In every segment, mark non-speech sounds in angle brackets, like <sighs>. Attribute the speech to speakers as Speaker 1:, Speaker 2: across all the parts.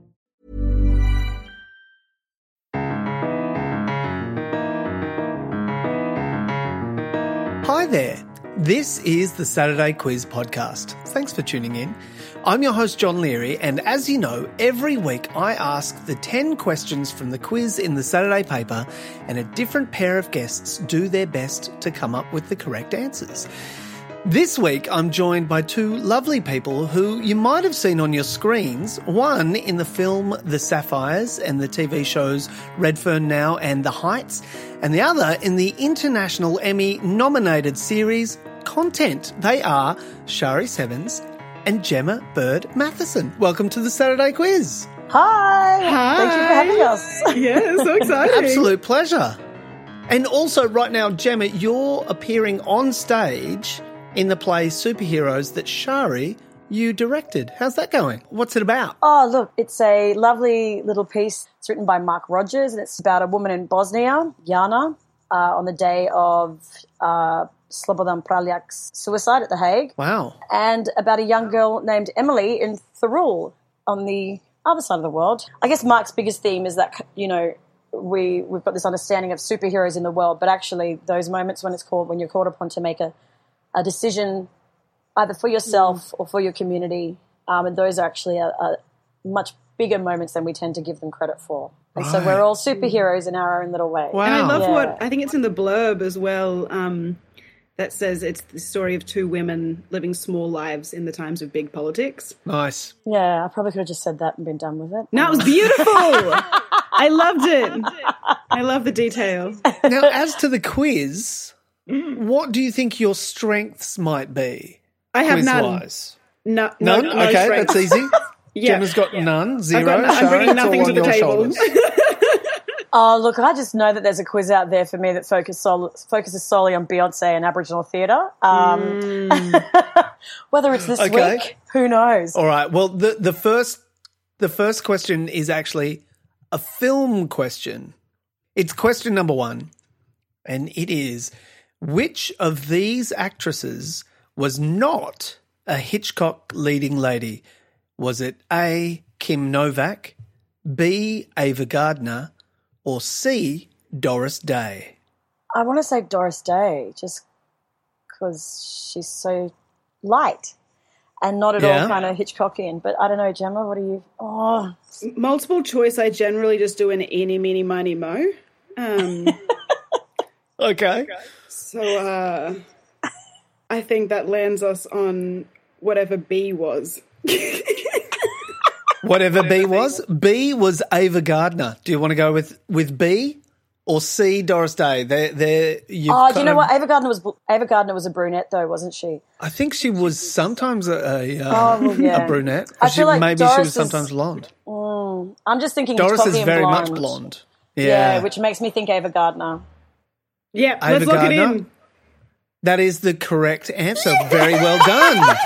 Speaker 1: Hi there. This is the Saturday Quiz Podcast. Thanks for tuning in. I'm your host, John Leary, and as you know, every week I ask the 10 questions from the quiz in the Saturday paper, and a different pair of guests do their best to come up with the correct answers. This week, I'm joined by two lovely people who you might have seen on your screens. One in the film The Sapphires and the TV shows Redfern Now and The Heights, and the other in the International Emmy nominated series Content. They are Shari Sevens and Gemma Bird Matheson. Welcome to the Saturday quiz.
Speaker 2: Hi. Thank you for having us.
Speaker 3: Yeah, so exciting.
Speaker 1: Absolute pleasure. And also, right now, Gemma, you're appearing on stage in the play Superheroes that Shari you directed. How's that going? What's it about?
Speaker 2: Oh, look, it's a lovely little piece. It's written by Mark Rogers, and it's about a woman in Bosnia, Jana, uh, on the day of uh, Slobodan Praljac's suicide at The Hague,
Speaker 1: Wow.
Speaker 2: and about a young girl named Emily in Thirul on the other side of the world. I guess Mark's biggest theme is that, you know, we, we've got this understanding of superheroes in the world, but actually those moments when it's called, when you're called upon to make a a decision either for yourself or for your community. Um, and those are actually are, are much bigger moments than we tend to give them credit for. And so we're all superheroes in our own little way.
Speaker 3: And I
Speaker 1: Wow.
Speaker 3: love
Speaker 2: Yeah.
Speaker 3: what I think it's in the blurb as well. Um, that says it's the story of two women living small lives in the times of big politics.
Speaker 1: Nice.
Speaker 2: Yeah, I probably could have just said that and been done with it.
Speaker 3: No,
Speaker 1: <laughs>
Speaker 3: it was beautiful. I loved it. I love the detail. <laughs>
Speaker 1: Now, as to the quiz, what do you think your strengths might be?
Speaker 3: I have
Speaker 1: Quiz
Speaker 3: none.
Speaker 1: wise.
Speaker 3: No,
Speaker 1: None?
Speaker 3: no, no
Speaker 1: okay,
Speaker 3: strength.
Speaker 1: that's easy.
Speaker 3: <laughs> Yeah.
Speaker 1: Gemma's got none,
Speaker 3: I've
Speaker 1: zero.
Speaker 3: got- I'm
Speaker 1: Shari,
Speaker 3: bringing
Speaker 1: it's
Speaker 3: nothing
Speaker 1: all
Speaker 3: to
Speaker 1: on
Speaker 3: the
Speaker 1: your
Speaker 3: table.
Speaker 1: shoulders.
Speaker 2: Oh, look, I just know that there's a quiz out there for me that focus sol- focuses solely on Beyonce and Aboriginal theatre. Um, <laughs> whether it's this
Speaker 1: Okay.
Speaker 2: week, who knows?
Speaker 1: All right. Well, the, the first the first question is actually a film question. It's question number 1 and it is which of these actresses was not a Hitchcock leading lady? Was it A Kim Novak, B Ava Gardner, or C Doris Day?
Speaker 2: I want to say Doris Day just because she's so light and not at
Speaker 1: Yeah.
Speaker 2: all kind of Hitchcockian. But I don't know, Gemma, what are you? Oh,
Speaker 3: Multiple choice. I generally just do an any, meeny, miny, mo.
Speaker 1: <laughs>
Speaker 3: Um,
Speaker 1: Okay.
Speaker 3: so uh, I think that lands us on whatever B was.
Speaker 1: Whatever B was, B was Ava Gardner. Do you want to go with with B or C Doris Day? They're, they're, you've
Speaker 2: oh, you
Speaker 1: kind
Speaker 2: know
Speaker 1: of-
Speaker 2: what? Ava Gardner was bl- Ava Gardner was a brunette though, wasn't she?
Speaker 1: I think she was sometimes a <laughs> a, uh,
Speaker 2: well, yeah.
Speaker 1: a brunette.
Speaker 2: Oh, I
Speaker 1: She-
Speaker 2: feel like
Speaker 1: maybe she
Speaker 2: Doris
Speaker 1: was
Speaker 2: is-
Speaker 1: sometimes blonde.
Speaker 2: I'm just thinking
Speaker 1: Doris is
Speaker 2: Hitchcockian
Speaker 1: very
Speaker 2: blonde.
Speaker 1: much blonde. Yeah,
Speaker 2: Yeah. which makes me think Ava Gardner.
Speaker 3: Yeah,
Speaker 1: Ava
Speaker 3: let's lock it
Speaker 1: Gardner.
Speaker 3: in.
Speaker 1: that is the correct answer. Very well
Speaker 3: <laughs>
Speaker 1: done.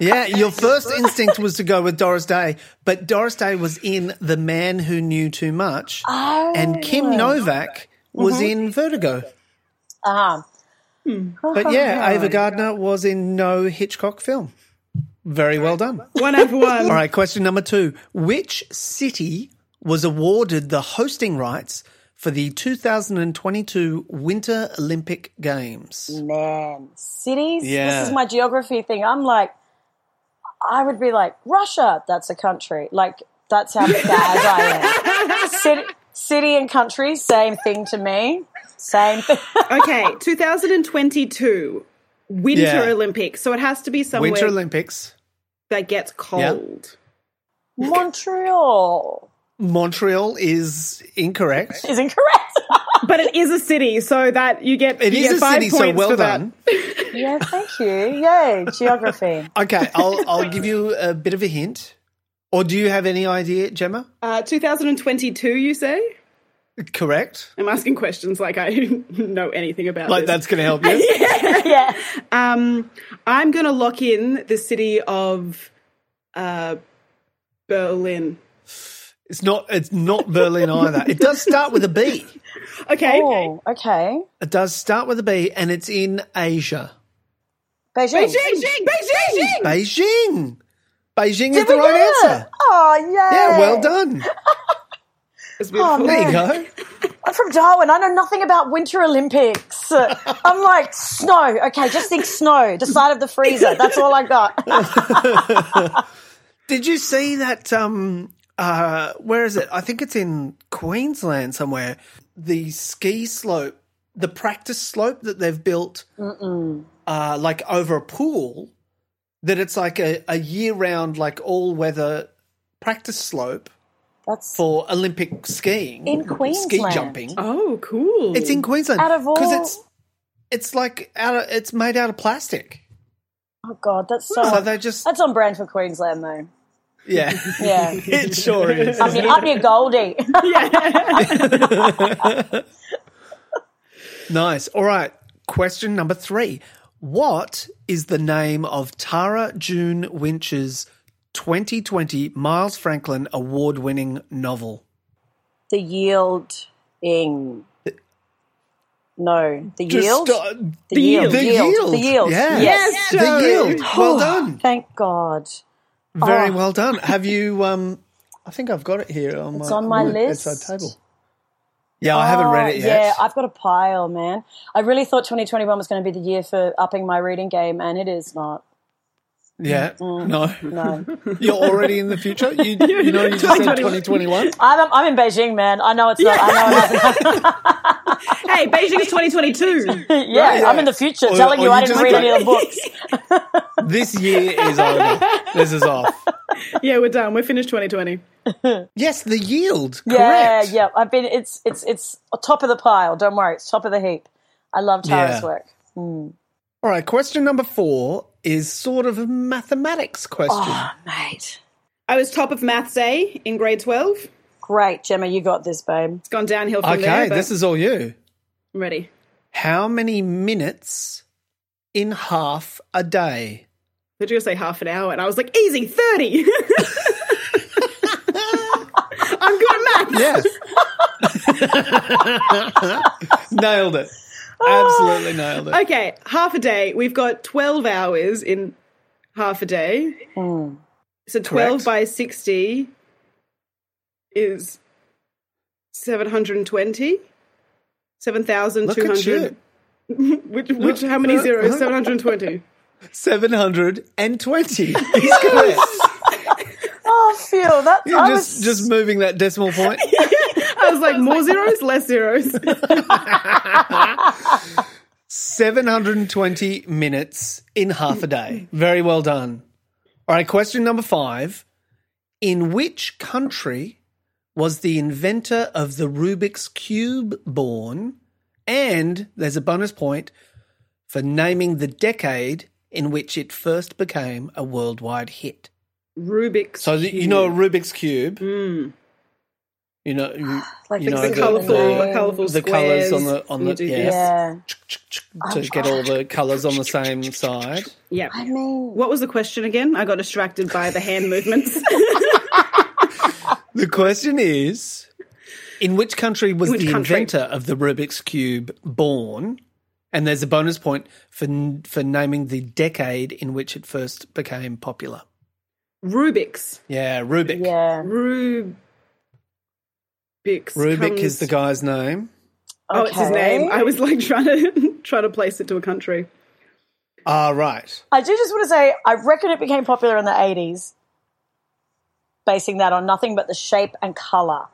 Speaker 1: Yeah, your first instinct was to go with Doris Day, but Doris Day was in The Man Who Knew Too Much,
Speaker 3: Oh.
Speaker 1: and Kim Novak was
Speaker 3: Mm-hmm.
Speaker 1: in Vertigo.
Speaker 2: Ah,
Speaker 3: Oh,
Speaker 1: But yeah, Ava Gardner was in no Hitchcock film. Very well done.
Speaker 3: One out of one.
Speaker 1: <laughs> All right, question number two. Which city was awarded the hosting rights for the 2022 Winter Olympic Games?
Speaker 2: man, cities.
Speaker 1: Yeah.
Speaker 2: This is my geography thing. I'm like, I would be like, Russia, that's a country. Like, that's how bad
Speaker 1: <laughs>
Speaker 2: I am. City, city and country, same thing to me. Same thing.
Speaker 3: Okay, 2022 Winter
Speaker 1: Yeah.
Speaker 3: Olympics. So it has to be somewhere
Speaker 1: Winter Olympics,
Speaker 3: that gets cold.
Speaker 2: Montreal
Speaker 1: Montreal is
Speaker 3: <laughs>
Speaker 1: incorrect.
Speaker 2: is
Speaker 1: <laughs>
Speaker 2: incorrect.
Speaker 3: But it is a city, so that you get
Speaker 1: It
Speaker 3: you
Speaker 1: is
Speaker 3: get
Speaker 1: a
Speaker 3: five
Speaker 1: city, so
Speaker 3: points
Speaker 1: well
Speaker 3: for that.
Speaker 1: done.
Speaker 2: yeah, thank you. Yay,
Speaker 1: <laughs>
Speaker 2: geography.
Speaker 1: Okay, I'll I'll give you a bit of a hint. Or do you have any idea, Gemma?
Speaker 3: Uh, 2022, you say?
Speaker 1: Correct.
Speaker 3: I'm asking questions like I <laughs> know anything about.
Speaker 1: Like
Speaker 3: this.
Speaker 1: that's going to
Speaker 3: <laughs>
Speaker 1: help you.
Speaker 2: yeah.
Speaker 3: Um, I'm going to lock in the city of uh, Berlin.
Speaker 1: It's not. It's not Berlin either. It does start with a B.
Speaker 3: Okay.
Speaker 2: Oh, okay.
Speaker 1: It does start with a B, and it's in Asia.
Speaker 2: Beijing.
Speaker 3: Beijing, Beijing, Beijing.
Speaker 1: Beijing. Beijing is
Speaker 2: Did
Speaker 1: the
Speaker 2: we
Speaker 1: right
Speaker 2: get it?
Speaker 1: answer.
Speaker 2: Oh, yay.
Speaker 1: Yeah, well done.
Speaker 3: It's beautiful.
Speaker 1: There you
Speaker 2: <laughs>
Speaker 1: go.
Speaker 2: I'm from Darwin. I know nothing about Winter
Speaker 1: <laughs>
Speaker 2: Olympics. I'm like, snow. Okay, just think snow. The side of the freezer. That's all
Speaker 1: <laughs>
Speaker 2: I got.
Speaker 1: Did you see that? Um, uh, where is it? I think it's in Queensland somewhere. The ski slope, the practice slope that they've built, uh, like over a pool, that it's like a, a year round, like all weather practice slope
Speaker 2: That's
Speaker 1: for Olympic skiing
Speaker 2: In
Speaker 1: ski
Speaker 2: Queensland.
Speaker 1: jumping.
Speaker 3: Oh, cool.
Speaker 1: It's in Queensland
Speaker 2: Out of
Speaker 1: because
Speaker 2: all-
Speaker 1: it's it's like out of, it's made out of plastic.
Speaker 2: oh god, that's so.
Speaker 1: So they
Speaker 2: <laughs>
Speaker 1: just
Speaker 2: that's on brand for Queensland though.
Speaker 1: yeah, <laughs>
Speaker 2: Yeah,
Speaker 1: it sure is.
Speaker 2: I mean, up near Goldie. <laughs>
Speaker 1: Nice. All right. Question number three. What is the name of Tara June Winch's 2020 Miles Franklin award winning novel?
Speaker 2: the yielding. No, the yield.
Speaker 1: Just, uh,
Speaker 2: the yield.
Speaker 1: The
Speaker 2: Yield.
Speaker 1: yield.
Speaker 2: The yield.
Speaker 1: Yeah.
Speaker 2: Yes.
Speaker 1: The yield.
Speaker 2: <sighs>
Speaker 1: Well done.
Speaker 2: Thank God.
Speaker 1: Very
Speaker 2: Oh.
Speaker 1: well done. Have you? Um, I think I've got it here on
Speaker 2: It's
Speaker 1: my
Speaker 2: on my list.
Speaker 1: bedside table. Yeah, I haven't read
Speaker 2: Oh,
Speaker 1: it yet.
Speaker 2: Yeah, I've got a pile, man. I really thought 2021 was going to be the year for upping my reading game, and it is not.
Speaker 1: yeah.
Speaker 2: Mm.
Speaker 1: No. <laughs>
Speaker 2: No.
Speaker 1: You're already in the future. You, you know, you just said 2021.
Speaker 2: I'm, I'm in Beijing, man. I know it's not. I know it's not.
Speaker 3: hey, Beijing is 2022.
Speaker 2: yeah, I'm in the future
Speaker 1: Or-
Speaker 2: telling
Speaker 1: or
Speaker 2: you I
Speaker 1: you just
Speaker 2: didn't read
Speaker 1: don't-
Speaker 2: any of the books.
Speaker 1: <laughs> This year is over. This is off.
Speaker 3: <laughs> yeah, we're done. We're finished 2020.
Speaker 1: Yes, the yield.
Speaker 2: yeah,
Speaker 1: Correct.
Speaker 2: yeah. I've been, it's, it's, it's top of the pile. Don't worry. It's top of the heap. I love Tara's
Speaker 1: Yeah.
Speaker 2: work.
Speaker 1: All right, question number four is sort of a mathematics question.
Speaker 2: Ah, Mate.
Speaker 3: I was top of Maths A in grade 12. It's
Speaker 2: Great, Gemma. You got this, babe.
Speaker 3: gone downhill from
Speaker 1: okay,
Speaker 3: there. but
Speaker 1: this is all you.
Speaker 3: I'm ready.
Speaker 1: How many minutes in half a day?
Speaker 3: Did you say half an hour? And I was like, easy, 30. <laughs> I'm good at maths.
Speaker 2: <laughs>
Speaker 1: Yes. <laughs> nailed it. Absolutely nailed
Speaker 2: Ah.
Speaker 1: it.
Speaker 3: Okay, half a day. We've got 12 hours in half a day. So 12
Speaker 1: Correct.
Speaker 3: by 60 is 720?
Speaker 1: Look at
Speaker 3: 7,200.
Speaker 1: you.
Speaker 3: Which, which, how many
Speaker 1: look,
Speaker 3: zeros?
Speaker 1: look.
Speaker 3: 720.
Speaker 2: <laughs>
Speaker 1: 720 is correct.
Speaker 2: Oh, Phil, that's,
Speaker 1: You're
Speaker 2: I
Speaker 1: just,
Speaker 2: was,
Speaker 1: just moving that decimal point.
Speaker 2: <laughs>
Speaker 3: I was like, more zeros, less zeros.
Speaker 1: 720 minutes in half a day. Very well done. All right, question number five. In which country was the inventor of the Rubik's Cube born? And there's a bonus point for naming the decade in which it first became a worldwide hit.
Speaker 3: Rubik's.
Speaker 1: So th- you know a Rubik's Cube. You know, you,
Speaker 2: Like
Speaker 1: you
Speaker 2: the
Speaker 1: know
Speaker 3: the colourful, the, colourful
Speaker 1: the colours
Speaker 3: squares.
Speaker 1: on the on
Speaker 3: You
Speaker 1: the
Speaker 3: do
Speaker 1: yeah.
Speaker 3: this.
Speaker 2: yeah.
Speaker 1: to get all the colours on the same side.
Speaker 3: Yeah.
Speaker 2: I mean,
Speaker 3: What was the question again? I got distracted by the hand movements. <laughs>
Speaker 1: The question is In which country was
Speaker 3: Which
Speaker 1: the
Speaker 3: country?
Speaker 1: inventor of the Rubik's Cube born? And there's a bonus point for n- for naming the decade in which it first became popular.
Speaker 3: Rubik's.
Speaker 1: Yeah, Rubik.
Speaker 2: yeah.
Speaker 3: Rubik's.
Speaker 1: Rubik
Speaker 3: comes-
Speaker 1: is the guy's name.
Speaker 3: Oh, it's his
Speaker 2: Okay.
Speaker 3: <laughs> name. I was like trying to trying to place it to a country.
Speaker 1: Ah, right.
Speaker 2: I do just want to say, I reckon it became popular in the 80s, basing that on nothing but the shape and color,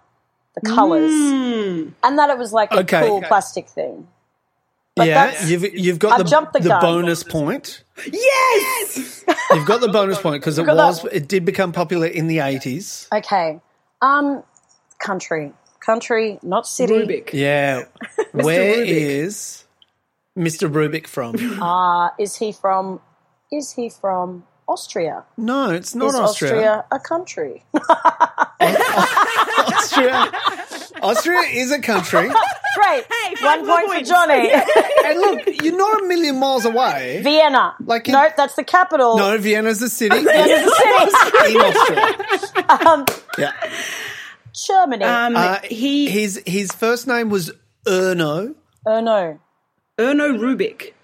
Speaker 2: the colors, and that it was like a
Speaker 1: Okay.
Speaker 2: cool plastic thing. But
Speaker 1: yeah,
Speaker 2: that's-
Speaker 1: you've you've got
Speaker 2: I've
Speaker 1: the,
Speaker 2: jumped the
Speaker 1: the
Speaker 2: gun.
Speaker 1: bonus point.
Speaker 3: Yes!
Speaker 1: You've got the bonus point because it
Speaker 2: got that
Speaker 1: was
Speaker 2: one.
Speaker 1: it did become popular in the eighties.
Speaker 2: Okay. Um, country. Country, not city.
Speaker 3: Rubik.
Speaker 1: Yeah, where
Speaker 3: Rubik.
Speaker 1: is Mr. Rubik from?
Speaker 2: Uh, is he from, is he from Austria?
Speaker 1: No, it's not
Speaker 2: is Austria a country?
Speaker 1: <laughs> Austria. Austria is a country.
Speaker 2: Great. One
Speaker 3: more
Speaker 2: point for
Speaker 3: points.
Speaker 2: Johnny.
Speaker 1: And look, you're not a million miles away.
Speaker 2: Vienna.
Speaker 1: Like in-
Speaker 2: no, that's the capital.
Speaker 1: no, Vienna's a city.
Speaker 2: That's the city.
Speaker 1: in Austria.
Speaker 2: Um,
Speaker 1: Yeah.
Speaker 2: Germany.
Speaker 3: Um,
Speaker 1: Uh,
Speaker 3: he,
Speaker 1: his his first name was Erno.
Speaker 2: Erno.
Speaker 3: Erno Rubik.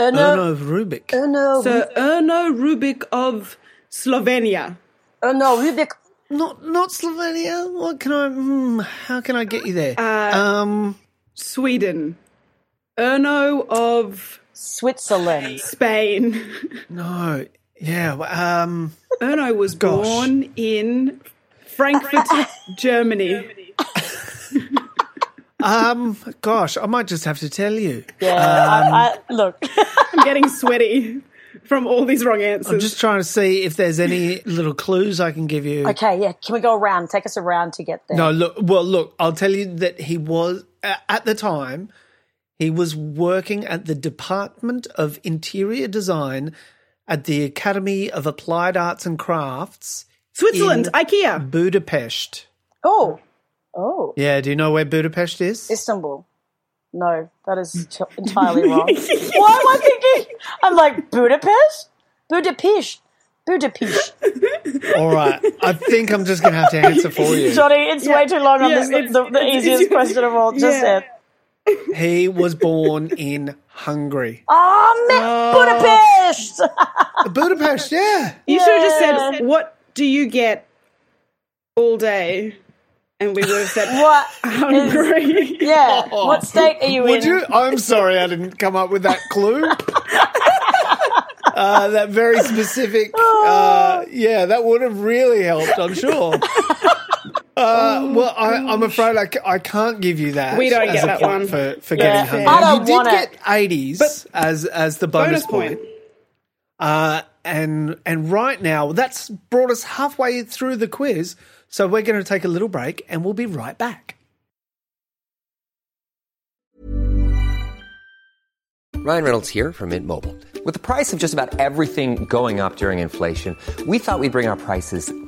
Speaker 2: Erno.
Speaker 1: Erno Rubik.
Speaker 2: Erno.
Speaker 3: So Erno Rubik of Slovenia.
Speaker 2: Erno Oh, Rubik.
Speaker 1: Not not Slovenia. What can I? Hmm, how can I get you there? um,
Speaker 3: Sweden. Erno of
Speaker 2: Switzerland.
Speaker 3: Spain. <laughs>
Speaker 1: no. Oh, Yeah. well, Um.
Speaker 3: Erno was born in
Speaker 1: <laughs>
Speaker 3: Frankfurt, Germany.
Speaker 1: Um. Gosh, I might just have to tell you.
Speaker 2: Yeah. I, I, look.
Speaker 3: I'm getting sweaty from all these wrong
Speaker 1: I'm
Speaker 3: answers.
Speaker 1: just trying to see if there's any little clues I can give you.
Speaker 2: Okay, yeah. Can we go around? Take us around to get there.
Speaker 1: No. Look. Well. Look. I'll tell you that he was uh, at the time. He was working at the Department of Interior Design at the Academy of Applied Arts and Crafts,
Speaker 3: Switzerland,
Speaker 1: in-
Speaker 3: IKEA.
Speaker 1: Budapest.
Speaker 2: Oh. Oh.
Speaker 1: Yeah. Do you know where Budapest is?
Speaker 2: Istanbul. No, that
Speaker 3: <laughs>
Speaker 2: is t- entirely wrong. Why am I thinking? I'm like, Budapest? Budapest.
Speaker 3: <laughs>
Speaker 2: Budapest.
Speaker 1: All right. I think I'm just going to have to answer for
Speaker 2: <laughs>
Speaker 1: you.
Speaker 2: Johnny, it's way too long on
Speaker 3: Yeah,
Speaker 2: this.
Speaker 3: it's-
Speaker 2: the, the
Speaker 3: it's-
Speaker 2: easiest question of all. Just
Speaker 3: Yeah.
Speaker 2: it.
Speaker 1: He was born in Hungary.
Speaker 2: Oh, man, Budapest!
Speaker 1: Budapest, yeah.
Speaker 3: You should have just said, What do you get all day? And we would have said, <laughs> "Oh,
Speaker 2: what?
Speaker 3: Hungry.
Speaker 2: Yeah. What
Speaker 3: <laughs>
Speaker 2: state are you in?
Speaker 1: Would you? I'm sorry I didn't come up with that
Speaker 3: <laughs>
Speaker 1: clue. Uh, that very specific, uh, yeah, that would have really helped, I'm
Speaker 3: <laughs>
Speaker 1: sure. Uh, well, I, I'm afraid I, ca- I can't give you that.
Speaker 3: We don't
Speaker 1: as
Speaker 3: get
Speaker 1: a
Speaker 3: that
Speaker 1: point
Speaker 3: one.
Speaker 1: for, for
Speaker 3: Yeah.
Speaker 1: getting hungry.
Speaker 3: I
Speaker 2: don't
Speaker 1: you did
Speaker 2: want it.
Speaker 1: get 80s as as the <laughs> bonus,
Speaker 3: Bonus point.
Speaker 1: Uh, and and right now, that's brought us halfway through the quiz. So we're going to take a little break, and we'll be right back.
Speaker 4: Ryan Reynolds here from Mint Mobile. With the price of just about everything going up during inflation, we thought we'd bring our prices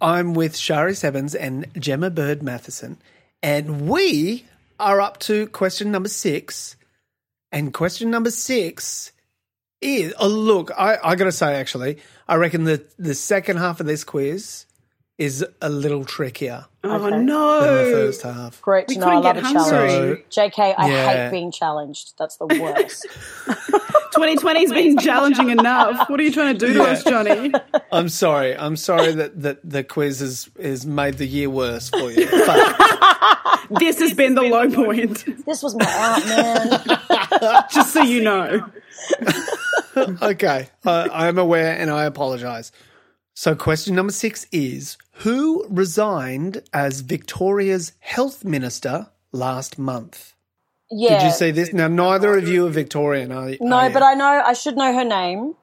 Speaker 1: I'm with Sharis Evans and Gemma Bird Matheson, and we are up to question number six. And question number six is oh look, I, I gotta say actually, I reckon the the second half of this quiz is a little trickier
Speaker 3: Oh,
Speaker 1: than the
Speaker 3: no.
Speaker 1: first half.
Speaker 2: Great
Speaker 3: We
Speaker 2: to know. I
Speaker 3: couldn't
Speaker 2: love a
Speaker 3: get
Speaker 2: challenge.
Speaker 3: hungry.
Speaker 2: JK, I
Speaker 1: Yeah.
Speaker 2: hate being challenged. That's the worst.
Speaker 3: 2020's been challenging enough. What are you trying to do to us, Johnny?
Speaker 1: I'm sorry. I'm sorry that, that the quiz has is made the year worse for you. But
Speaker 3: This has been the low point,
Speaker 2: this was my aunt,
Speaker 3: <laughs>
Speaker 2: man.
Speaker 3: just so you know.
Speaker 1: okay, I I am aware and I apologise. So, question number six is: Who resigned as Victoria's health minister last month?
Speaker 2: Yeah.
Speaker 1: Did you see this? Now, neither of you are Victorian, are,
Speaker 2: No, but I know I should know her name.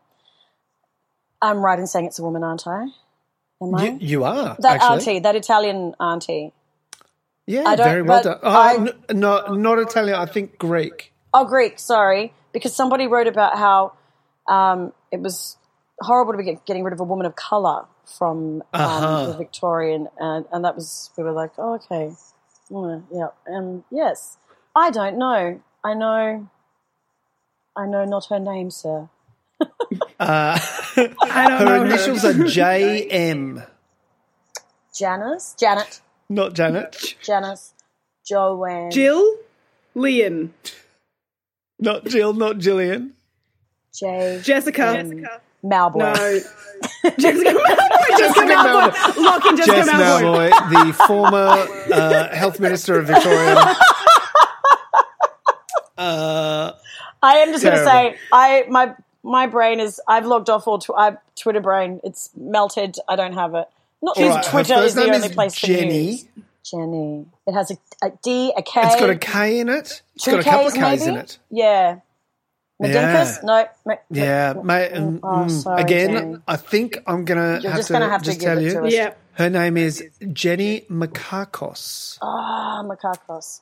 Speaker 2: I'm right in saying it's a woman, aren't I? Am I?
Speaker 1: you, you are
Speaker 2: that
Speaker 1: actually.
Speaker 2: auntie, that Italian auntie.
Speaker 1: Yeah,
Speaker 2: I don't-
Speaker 1: very well
Speaker 2: but
Speaker 1: done.
Speaker 2: I-
Speaker 1: Oh, n- no, not Italian. I think Greek.
Speaker 2: Oh, Greek, sorry. Because somebody wrote about how um, it was horrible to be get- getting rid of a woman of colour from um, the Victorian. And, and that was, we were like, oh, okay. Mm, yeah. Um, yes. I don't know. I know. I know not her name, sir.
Speaker 3: I don't know
Speaker 1: Her initials are JM,
Speaker 2: Janice, Janet,
Speaker 1: not Janet,
Speaker 2: Janice, Joanne,
Speaker 3: Jill Leon.
Speaker 1: not Jill, not Jillian.
Speaker 2: J,
Speaker 3: Jessica.
Speaker 2: Malboy.
Speaker 3: No.
Speaker 1: <laughs>
Speaker 3: Jessica Malfoy.
Speaker 2: <laughs>
Speaker 3: Jessica
Speaker 1: Malfoy.
Speaker 3: Malfoy. Lock in Jessica
Speaker 1: Jess Malloy,
Speaker 3: Malfoy.
Speaker 1: the former uh, health minister of
Speaker 2: <laughs>
Speaker 1: Victoria.
Speaker 2: I am just going to
Speaker 1: Terrible.
Speaker 2: say, I my my brain is. I've logged off all. Tw- I Twitter brain. It's melted. I don't have it. Not
Speaker 1: All
Speaker 2: that
Speaker 1: right, her
Speaker 2: Twitter is
Speaker 1: first
Speaker 2: the
Speaker 1: name
Speaker 2: only
Speaker 1: is
Speaker 2: place to
Speaker 1: Jenny.
Speaker 2: use. Jenny. It has a, a D, a K.
Speaker 1: It's got a K in it. It's
Speaker 2: two
Speaker 1: got a couple of
Speaker 2: Ks
Speaker 1: Ks
Speaker 2: maybe?
Speaker 1: in it.
Speaker 2: Yeah. Medinkus? No. Ma-
Speaker 1: Yeah, mate. um,
Speaker 2: Oh,
Speaker 1: mm,
Speaker 2: sorry,
Speaker 1: again,
Speaker 2: Jenny.
Speaker 1: I think I'm gonna
Speaker 2: You're
Speaker 1: have
Speaker 2: just
Speaker 1: to
Speaker 2: gonna have to
Speaker 1: just
Speaker 2: give
Speaker 1: tell
Speaker 2: it
Speaker 1: you.
Speaker 2: to us.
Speaker 3: Yeah.
Speaker 1: Her name is Jenny Makakos.
Speaker 2: Ah, Macacos.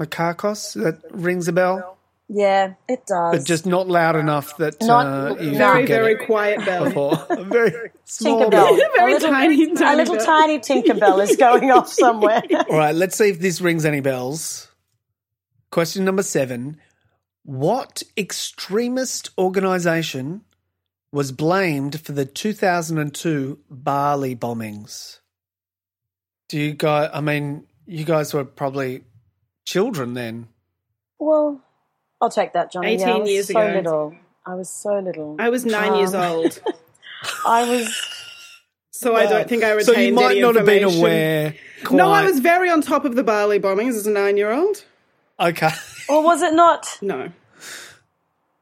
Speaker 1: Makakos. That rings a bell,
Speaker 2: Yeah, it does.
Speaker 1: but just not loud enough that
Speaker 2: Not-
Speaker 1: uh, you
Speaker 3: Very,
Speaker 1: could get
Speaker 3: very
Speaker 1: it
Speaker 3: quiet bell.
Speaker 1: before. <laughs> A very small bell. <laughs>
Speaker 2: Tinkerbell.
Speaker 3: Very
Speaker 2: a little,
Speaker 3: tiny, tiny
Speaker 2: a little
Speaker 3: bell.
Speaker 2: tiny Tinkerbell is going off somewhere.
Speaker 1: All right, let's see if this rings any bells. Question number seven What extremist organization was blamed for the 2002 Bali bombings? Do you guys, I mean, you guys were probably children then.
Speaker 2: well, I'll take that, Johnny. Yeah, I
Speaker 3: 18
Speaker 2: was
Speaker 3: years
Speaker 2: so
Speaker 3: ago.
Speaker 2: little. I was so little.
Speaker 3: I was nine years old,
Speaker 2: I was.
Speaker 3: so I don't think I retained
Speaker 1: So you might
Speaker 3: any
Speaker 1: not have been
Speaker 3: information.
Speaker 1: aware. Quite.
Speaker 3: No, I was very on top of the Bali bombings as a nine-year-old.
Speaker 1: Okay. <laughs>
Speaker 2: Or was it not?
Speaker 3: No,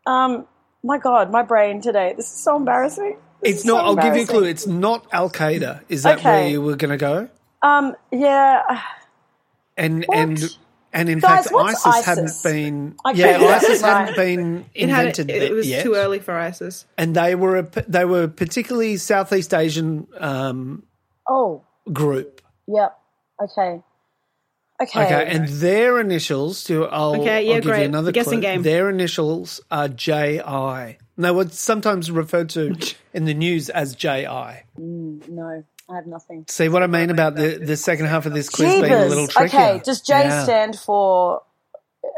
Speaker 2: Um, my God, my brain today. This is so embarrassing.
Speaker 1: It's not,
Speaker 2: so
Speaker 1: I'll give you a clue.
Speaker 2: embarrassing.
Speaker 1: It's not Al Qaeda. Is that where
Speaker 2: Okay.
Speaker 1: you were going to go?
Speaker 2: Um, yeah.
Speaker 1: and
Speaker 2: What?
Speaker 1: and and in
Speaker 2: Guys,
Speaker 1: fact, ISIS,
Speaker 2: what's
Speaker 1: hadn't
Speaker 2: ISIS?
Speaker 1: been
Speaker 2: I
Speaker 1: yeah,
Speaker 2: couldn't get
Speaker 1: ISIS
Speaker 2: that
Speaker 1: hadn't
Speaker 2: right.
Speaker 1: been
Speaker 3: it had
Speaker 1: invented
Speaker 3: it was
Speaker 1: yet,
Speaker 3: too early for ISIS.
Speaker 1: and they were a, they were particularly Southeast Asian um,
Speaker 2: Oh,
Speaker 1: group.
Speaker 2: yep. Okay. Okay.
Speaker 1: Okay, and their initials. To, I'll,
Speaker 3: Okay, yeah,
Speaker 1: I'll give
Speaker 3: great.
Speaker 1: you another
Speaker 3: Guessing
Speaker 1: clue.
Speaker 3: game.
Speaker 1: Their initials are JI. And They were sometimes referred
Speaker 3: <laughs>
Speaker 1: to in the news as JI.
Speaker 2: no, I have nothing.
Speaker 1: See what I mean about the, the second half of this quiz being a little
Speaker 2: Jeebus.
Speaker 1: trickier.
Speaker 2: Okay. Does J
Speaker 1: Yeah.
Speaker 2: stand for?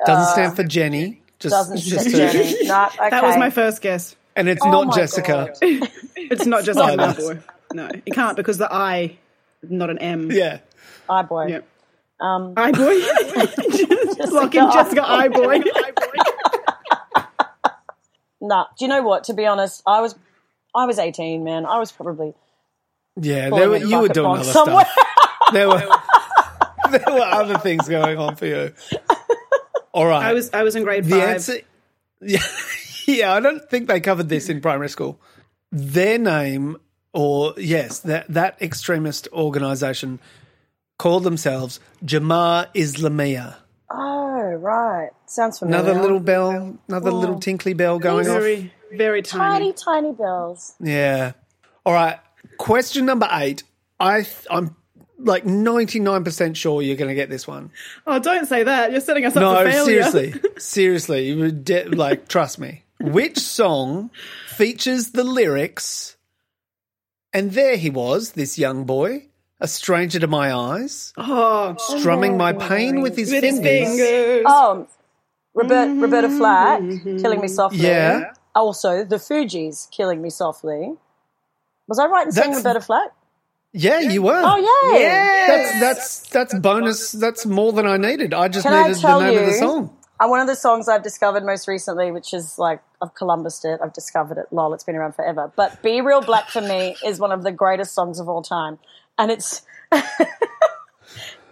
Speaker 1: Doesn't stand for Jenny. Just,
Speaker 2: Doesn't
Speaker 1: just
Speaker 2: stand for
Speaker 1: to-
Speaker 2: Jenny. Not, okay.
Speaker 3: That was my first guess.
Speaker 1: <laughs> and it's
Speaker 2: Oh
Speaker 1: not
Speaker 2: my
Speaker 1: Jessica.
Speaker 2: God.
Speaker 3: It's not just
Speaker 1: not
Speaker 3: a
Speaker 1: us.
Speaker 3: Malfoy. No, it can't because the I, not an M.
Speaker 1: Yeah.
Speaker 2: Eye boy.
Speaker 3: Yeah.
Speaker 1: <laughs>
Speaker 3: I boy. Lock in Jessica I boy.
Speaker 2: Nah. Do you know what? To be honest, I was, I was eighteen, man. I was probably
Speaker 1: Yeah,
Speaker 2: pulling
Speaker 1: there were,
Speaker 2: a
Speaker 1: you were
Speaker 2: bucket
Speaker 1: doing
Speaker 2: bomb
Speaker 1: other
Speaker 2: somewhere.
Speaker 1: stuff. <laughs> There were there were other things going on for you. All right.
Speaker 3: I was I was in grade
Speaker 1: the
Speaker 3: five.
Speaker 1: answer. <laughs> Yeah, yeah, I don't think they covered this in primary school. Their name, or yes, that that extremist organisation called themselves Jamaa Islamiyah.
Speaker 2: Oh right. Sounds familiar.
Speaker 1: Another little bell, another little tinkly bell going off.
Speaker 3: very very
Speaker 2: tiny,
Speaker 3: tiny.
Speaker 2: tiny bells.
Speaker 1: Yeah. All right. Question number eight. I th- I'm like ninety nine percent sure you're going to get this one.
Speaker 3: Oh, don't say that. You're setting us up for
Speaker 1: no,
Speaker 3: failure.
Speaker 1: seriously, seriously, you would de- like trust me. Which song features the lyrics? And there he was, this young boy, a stranger to my eyes,
Speaker 3: <laughs> Oh,
Speaker 1: strumming my pain with his
Speaker 3: with his
Speaker 1: fingers.
Speaker 3: fingers.
Speaker 2: Oh, Robert, Roberta Flack, Killing Me Softly.
Speaker 1: Yeah.
Speaker 2: Also, The Fugees, Killing Me Softly. Was I right in saying
Speaker 1: That's-
Speaker 2: Roberta Flack?
Speaker 1: Yeah, you were.
Speaker 2: Oh, yay.
Speaker 1: That's that's that's bonus. That's more than I needed. I just
Speaker 2: Can I
Speaker 1: needed the
Speaker 2: tell
Speaker 1: name of the
Speaker 2: you-
Speaker 1: song.
Speaker 2: And one of the songs I've discovered most recently, which is like, I've Columbused it, I've discovered it, lol, it's been around forever. But Be Real Black for me is one of the greatest songs of all time. And it's. <laughs>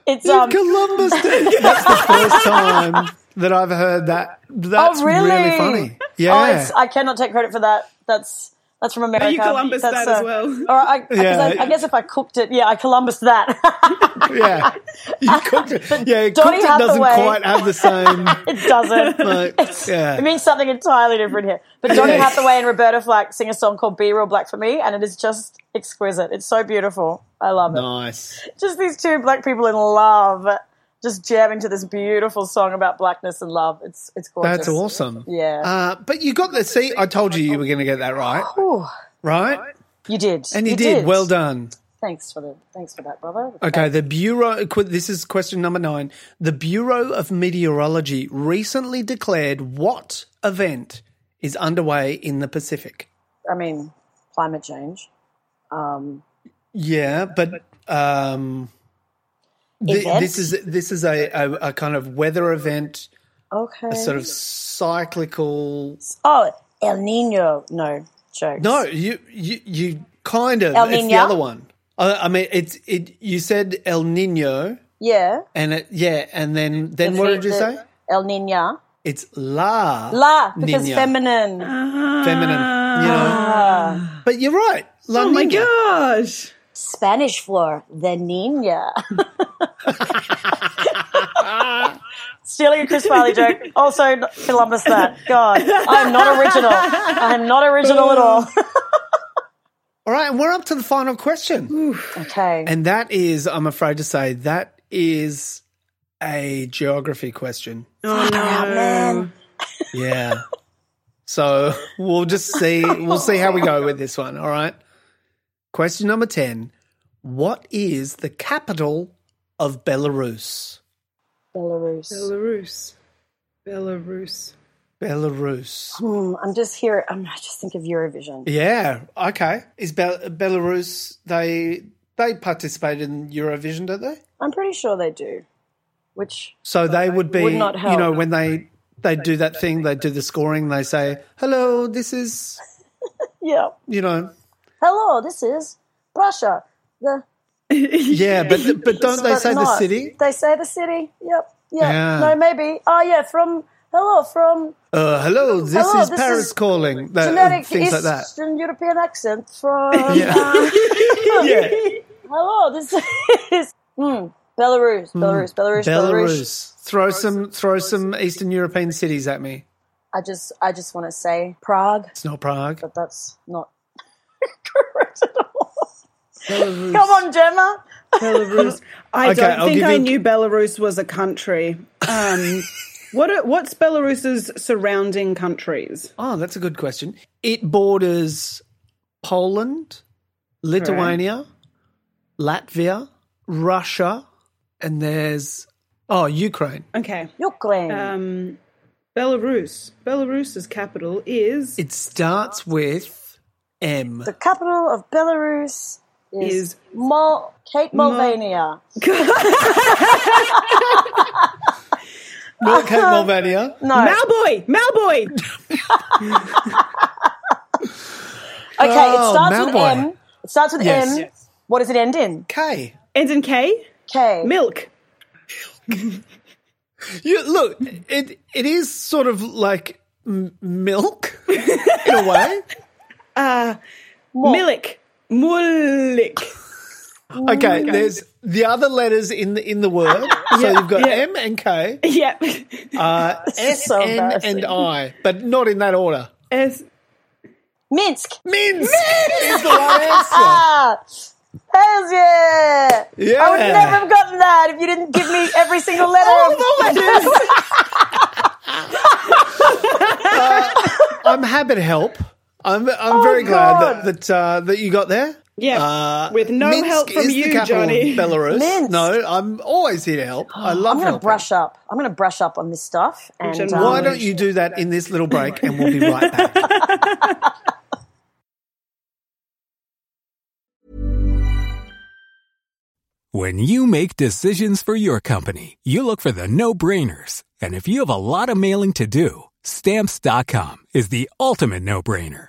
Speaker 2: it's. um.
Speaker 1: Columbus
Speaker 2: <laughs>
Speaker 1: Day. That's the first time that I've heard that. That's
Speaker 2: really?
Speaker 1: funny.
Speaker 2: Oh,
Speaker 1: Yeah.
Speaker 2: it's, I cannot take credit for that. That's that's from America.
Speaker 3: Columbused
Speaker 2: That's,
Speaker 3: that as well.
Speaker 2: Or I, 'cause
Speaker 1: Yeah.
Speaker 2: I, I guess if I cooked it, yeah, I Columbus that.
Speaker 1: <laughs>
Speaker 2: <laughs>
Speaker 1: yeah. You cooked it. Yeah, cooked
Speaker 2: Donny
Speaker 1: it doesn't
Speaker 2: Hathaway-
Speaker 1: quite have the
Speaker 2: <laughs>
Speaker 1: same.
Speaker 2: it doesn't.
Speaker 1: Like, yeah.
Speaker 2: It means something entirely different here. But Johnny
Speaker 1: Yeah.
Speaker 2: Hathaway and Roberta Flack sing a song called "Be Real Black" for me, and it is just exquisite. It's so beautiful. I love it.
Speaker 1: nice.
Speaker 2: Just these two black people in love, just jamming to this beautiful song about blackness and love. It's it's gorgeous.
Speaker 1: That's awesome.
Speaker 2: Yeah.
Speaker 1: Uh, but you got the see. I told you you were going to get that right. Right,
Speaker 2: You did,
Speaker 1: and you, did. Well done.
Speaker 2: Thanks for the thanks for that, brother.
Speaker 1: Okay, the Bureau. qu- This is question number nine. The Bureau of Meteorology recently declared what event is underway in the Pacific.
Speaker 2: I mean, climate change. Um,
Speaker 1: Yeah, but um, th-
Speaker 2: Event?
Speaker 1: this is this is a, a, a kind of weather event,
Speaker 2: okay.
Speaker 1: a sort of cyclical.
Speaker 2: oh, El Nino. No jokes.
Speaker 1: No, you you, you kind of.
Speaker 2: El
Speaker 1: It's the
Speaker 2: Niño?
Speaker 1: other one. I, I mean, it's it. You said El Nino,
Speaker 2: Yeah.
Speaker 1: and it yeah, and then then
Speaker 2: The
Speaker 1: what
Speaker 2: fe-
Speaker 1: did you
Speaker 2: the-
Speaker 1: say?
Speaker 2: El Nina.
Speaker 1: It's La
Speaker 2: La, because
Speaker 1: Niña.
Speaker 2: feminine. Ah.
Speaker 1: feminine. You know, but you're right. La
Speaker 3: Oh my
Speaker 1: Niña.
Speaker 3: gosh.
Speaker 2: Spanish for
Speaker 1: <laughs>
Speaker 2: the Nina. Stealing a Chris Farley joke. Also, not- Columbus that. God, I'm not original. I'm not original at all.
Speaker 1: All right, and we're up to the final question.
Speaker 2: Okay.
Speaker 1: And that is, I'm afraid to say, that is a geography question.
Speaker 3: Oh, no.
Speaker 2: man.
Speaker 1: Yeah. so we'll just see. We'll see how we go with this one. All right. Question number 10 What is the capital of Belarus?
Speaker 2: Belarus.
Speaker 3: Belarus. Belarus.
Speaker 1: Belarus.
Speaker 2: Hmm, I'm just here. I'm, I just think of Eurovision.
Speaker 1: Yeah. Okay. Is Bel Belarus, they. They participate in Eurovision, don't they?
Speaker 2: I'm pretty sure they do. Which
Speaker 1: So they would be,
Speaker 2: would not
Speaker 1: you know,
Speaker 2: help.
Speaker 1: when they they do that thing, they do the scoring. They say, "Hello, this is
Speaker 2: yeah.
Speaker 1: you know,
Speaker 2: Hello, this is Russia. The
Speaker 1: yeah,
Speaker 2: <laughs>
Speaker 1: but but don't they
Speaker 2: but
Speaker 1: say the
Speaker 2: not.
Speaker 1: city?
Speaker 2: They say the city. Yep. Yep.
Speaker 1: Yeah.
Speaker 2: No, maybe. Oh yeah, from hello from
Speaker 1: Uh, hello, this
Speaker 2: Hello,
Speaker 1: is
Speaker 2: this
Speaker 1: Paris
Speaker 2: is
Speaker 1: calling. That-
Speaker 2: generic
Speaker 1: Uh, things like
Speaker 2: Eastern
Speaker 1: that.
Speaker 2: European accent from.
Speaker 1: <laughs> Yeah. yeah.
Speaker 2: Hello, this is mm, Belarus, Belarus, <laughs> Belarus, Belarus.
Speaker 1: Hmm. Belarus. Throw some throw some Eastern European cities at me.
Speaker 2: I just, I just want to say Prague,
Speaker 1: It's not Prague.
Speaker 2: but that's not <laughs> correct at all. Come on, Gemma.
Speaker 3: Belarus. I
Speaker 1: Okay,
Speaker 3: don't
Speaker 1: I'll
Speaker 3: think
Speaker 1: give
Speaker 3: I
Speaker 1: you-
Speaker 3: knew Belarus was a country.
Speaker 1: <laughs>
Speaker 3: Um, what are, what's Belarus's surrounding countries?
Speaker 1: <laughs> Oh, that's a good question. It borders Poland, Lithuania, Latvia, Russia, and there's oh, Ukraine.
Speaker 3: Okay.
Speaker 2: Ukraine.
Speaker 3: Um, Belarus. Belarus's capital is
Speaker 1: It starts with M.
Speaker 2: the capital of Belarus is,
Speaker 3: Is-
Speaker 2: Mul- Cape Mulvania.
Speaker 1: Not
Speaker 2: <laughs>
Speaker 1: Cape Mulvania.
Speaker 2: No.
Speaker 3: Malboy. Malboy.
Speaker 1: <laughs>
Speaker 2: okay,
Speaker 1: Oh,
Speaker 2: it starts with
Speaker 1: Malboy.
Speaker 2: M. It starts with
Speaker 1: Yes.
Speaker 2: M. What does it end in?
Speaker 1: K.
Speaker 3: Ends in K.
Speaker 2: K.
Speaker 3: Milk.
Speaker 1: You, look, it it is sort of like m-
Speaker 2: <laughs>
Speaker 1: milk in a
Speaker 2: Oh
Speaker 1: way.
Speaker 3: Milik. Mulik. <laughs>
Speaker 1: Okay, there's the other letters in the in the word.
Speaker 2: <laughs>
Speaker 1: So you've got M and K,
Speaker 3: Yep. <laughs>
Speaker 1: uh, S
Speaker 2: so
Speaker 1: N and
Speaker 2: embarrassing.
Speaker 1: I, but not in that order.
Speaker 3: S-
Speaker 2: Minsk.
Speaker 1: Mince is the right
Speaker 2: <laughs>
Speaker 1: answer.
Speaker 2: Ah, hells yeah! I would
Speaker 1: Yeah. Oh,
Speaker 2: never have gotten that if you didn't give me every single
Speaker 1: <laughs>
Speaker 2: letter. of-
Speaker 1: I'm happy to help. I'm I'm very
Speaker 2: Oh
Speaker 1: glad that that, uh, that you got there.
Speaker 3: yeah.
Speaker 1: Uh,
Speaker 3: With no
Speaker 1: Minsk
Speaker 3: help from
Speaker 1: is the
Speaker 3: you,
Speaker 1: capital of
Speaker 3: Johnny.
Speaker 1: Belarus.
Speaker 2: Minsk.
Speaker 1: No, I'm always here to help. I love
Speaker 2: I'm going to
Speaker 1: helping.
Speaker 2: brush up. I'm going to brush up on this stuff. And
Speaker 3: general
Speaker 1: Why
Speaker 2: um,
Speaker 1: don't you do that in this little break and we'll be right back?
Speaker 5: When you make decisions for your company, you look for the no-brainers. And if you have a lot of mailing to do, stamps.com is the ultimate no-brainer.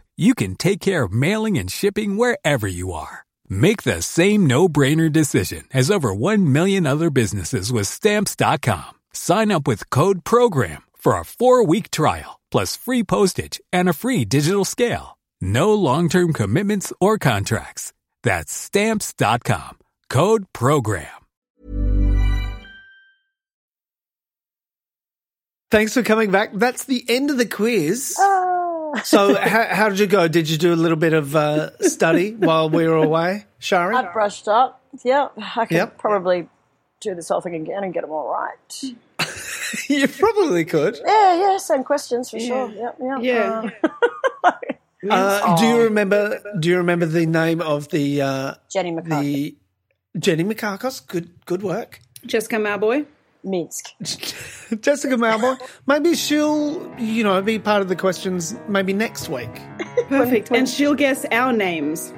Speaker 5: you can take care of mailing and shipping wherever you are. Make the same no-brainer decision as over 1 million other businesses with Stamps.com. Sign up with code PROGRAM for a four-week trial, plus free postage and a free digital scale. No long-term commitments or contracts. That's stamps.com. Code program.
Speaker 2: Oh.
Speaker 1: Thanks for coming back. That's the end of the quiz.
Speaker 2: Ah,
Speaker 1: So, how, how did you go? Did you do a little bit of uh, study while we were away, Shari?
Speaker 2: I brushed up. Yeah, I could
Speaker 1: Yep.
Speaker 2: probably do this whole thing again and get them all right.
Speaker 1: <laughs> you probably could.
Speaker 2: Yeah, yeah, same questions for sure. Yep, yeah,
Speaker 3: Yeah.
Speaker 2: Uh,
Speaker 1: Uh, do you remember? Do you remember the name of the uh,
Speaker 2: Jenny McCarthy,
Speaker 1: the Jenny McCarcos? Good, good work, <laughs>
Speaker 3: Jessica Malboy.
Speaker 2: Minsk.
Speaker 1: Jessica Malboy. Maybe she'll, you know, be part of the questions maybe next week.
Speaker 3: Perfect. And she'll guess our names.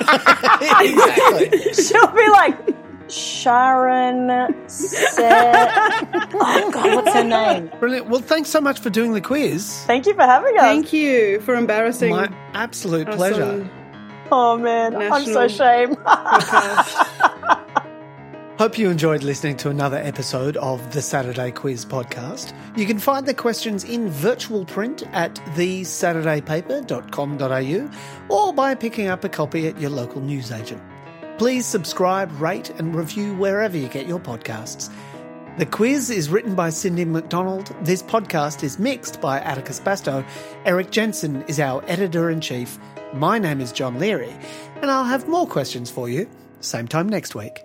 Speaker 1: exactly.
Speaker 2: <laughs> She'll be like <laughs> Sharon said. Oh my God, what's her name?
Speaker 1: Brilliant. Well, thanks so much for doing the quiz.
Speaker 2: Thank you for having us.
Speaker 3: Thank you for embarrassing
Speaker 1: My
Speaker 3: us
Speaker 1: absolute
Speaker 3: on
Speaker 1: pleasure.
Speaker 2: Oh man, I'm so
Speaker 3: National-
Speaker 2: ashamed. <laughs>
Speaker 3: podcast.
Speaker 1: Hope you enjoyed listening to another episode of the Saturday Quiz podcast. You can find the questions in virtual print at thesaturdaypaper.com.au or by picking up a copy at your local newsagent. Please subscribe, rate, and review wherever you get your podcasts. The quiz is written by Cindy McDonald. This podcast is mixed by Atticus Basto. Eric Jensen is our editor in chief. My name is John Leary, and I'll have more questions for you same time next week.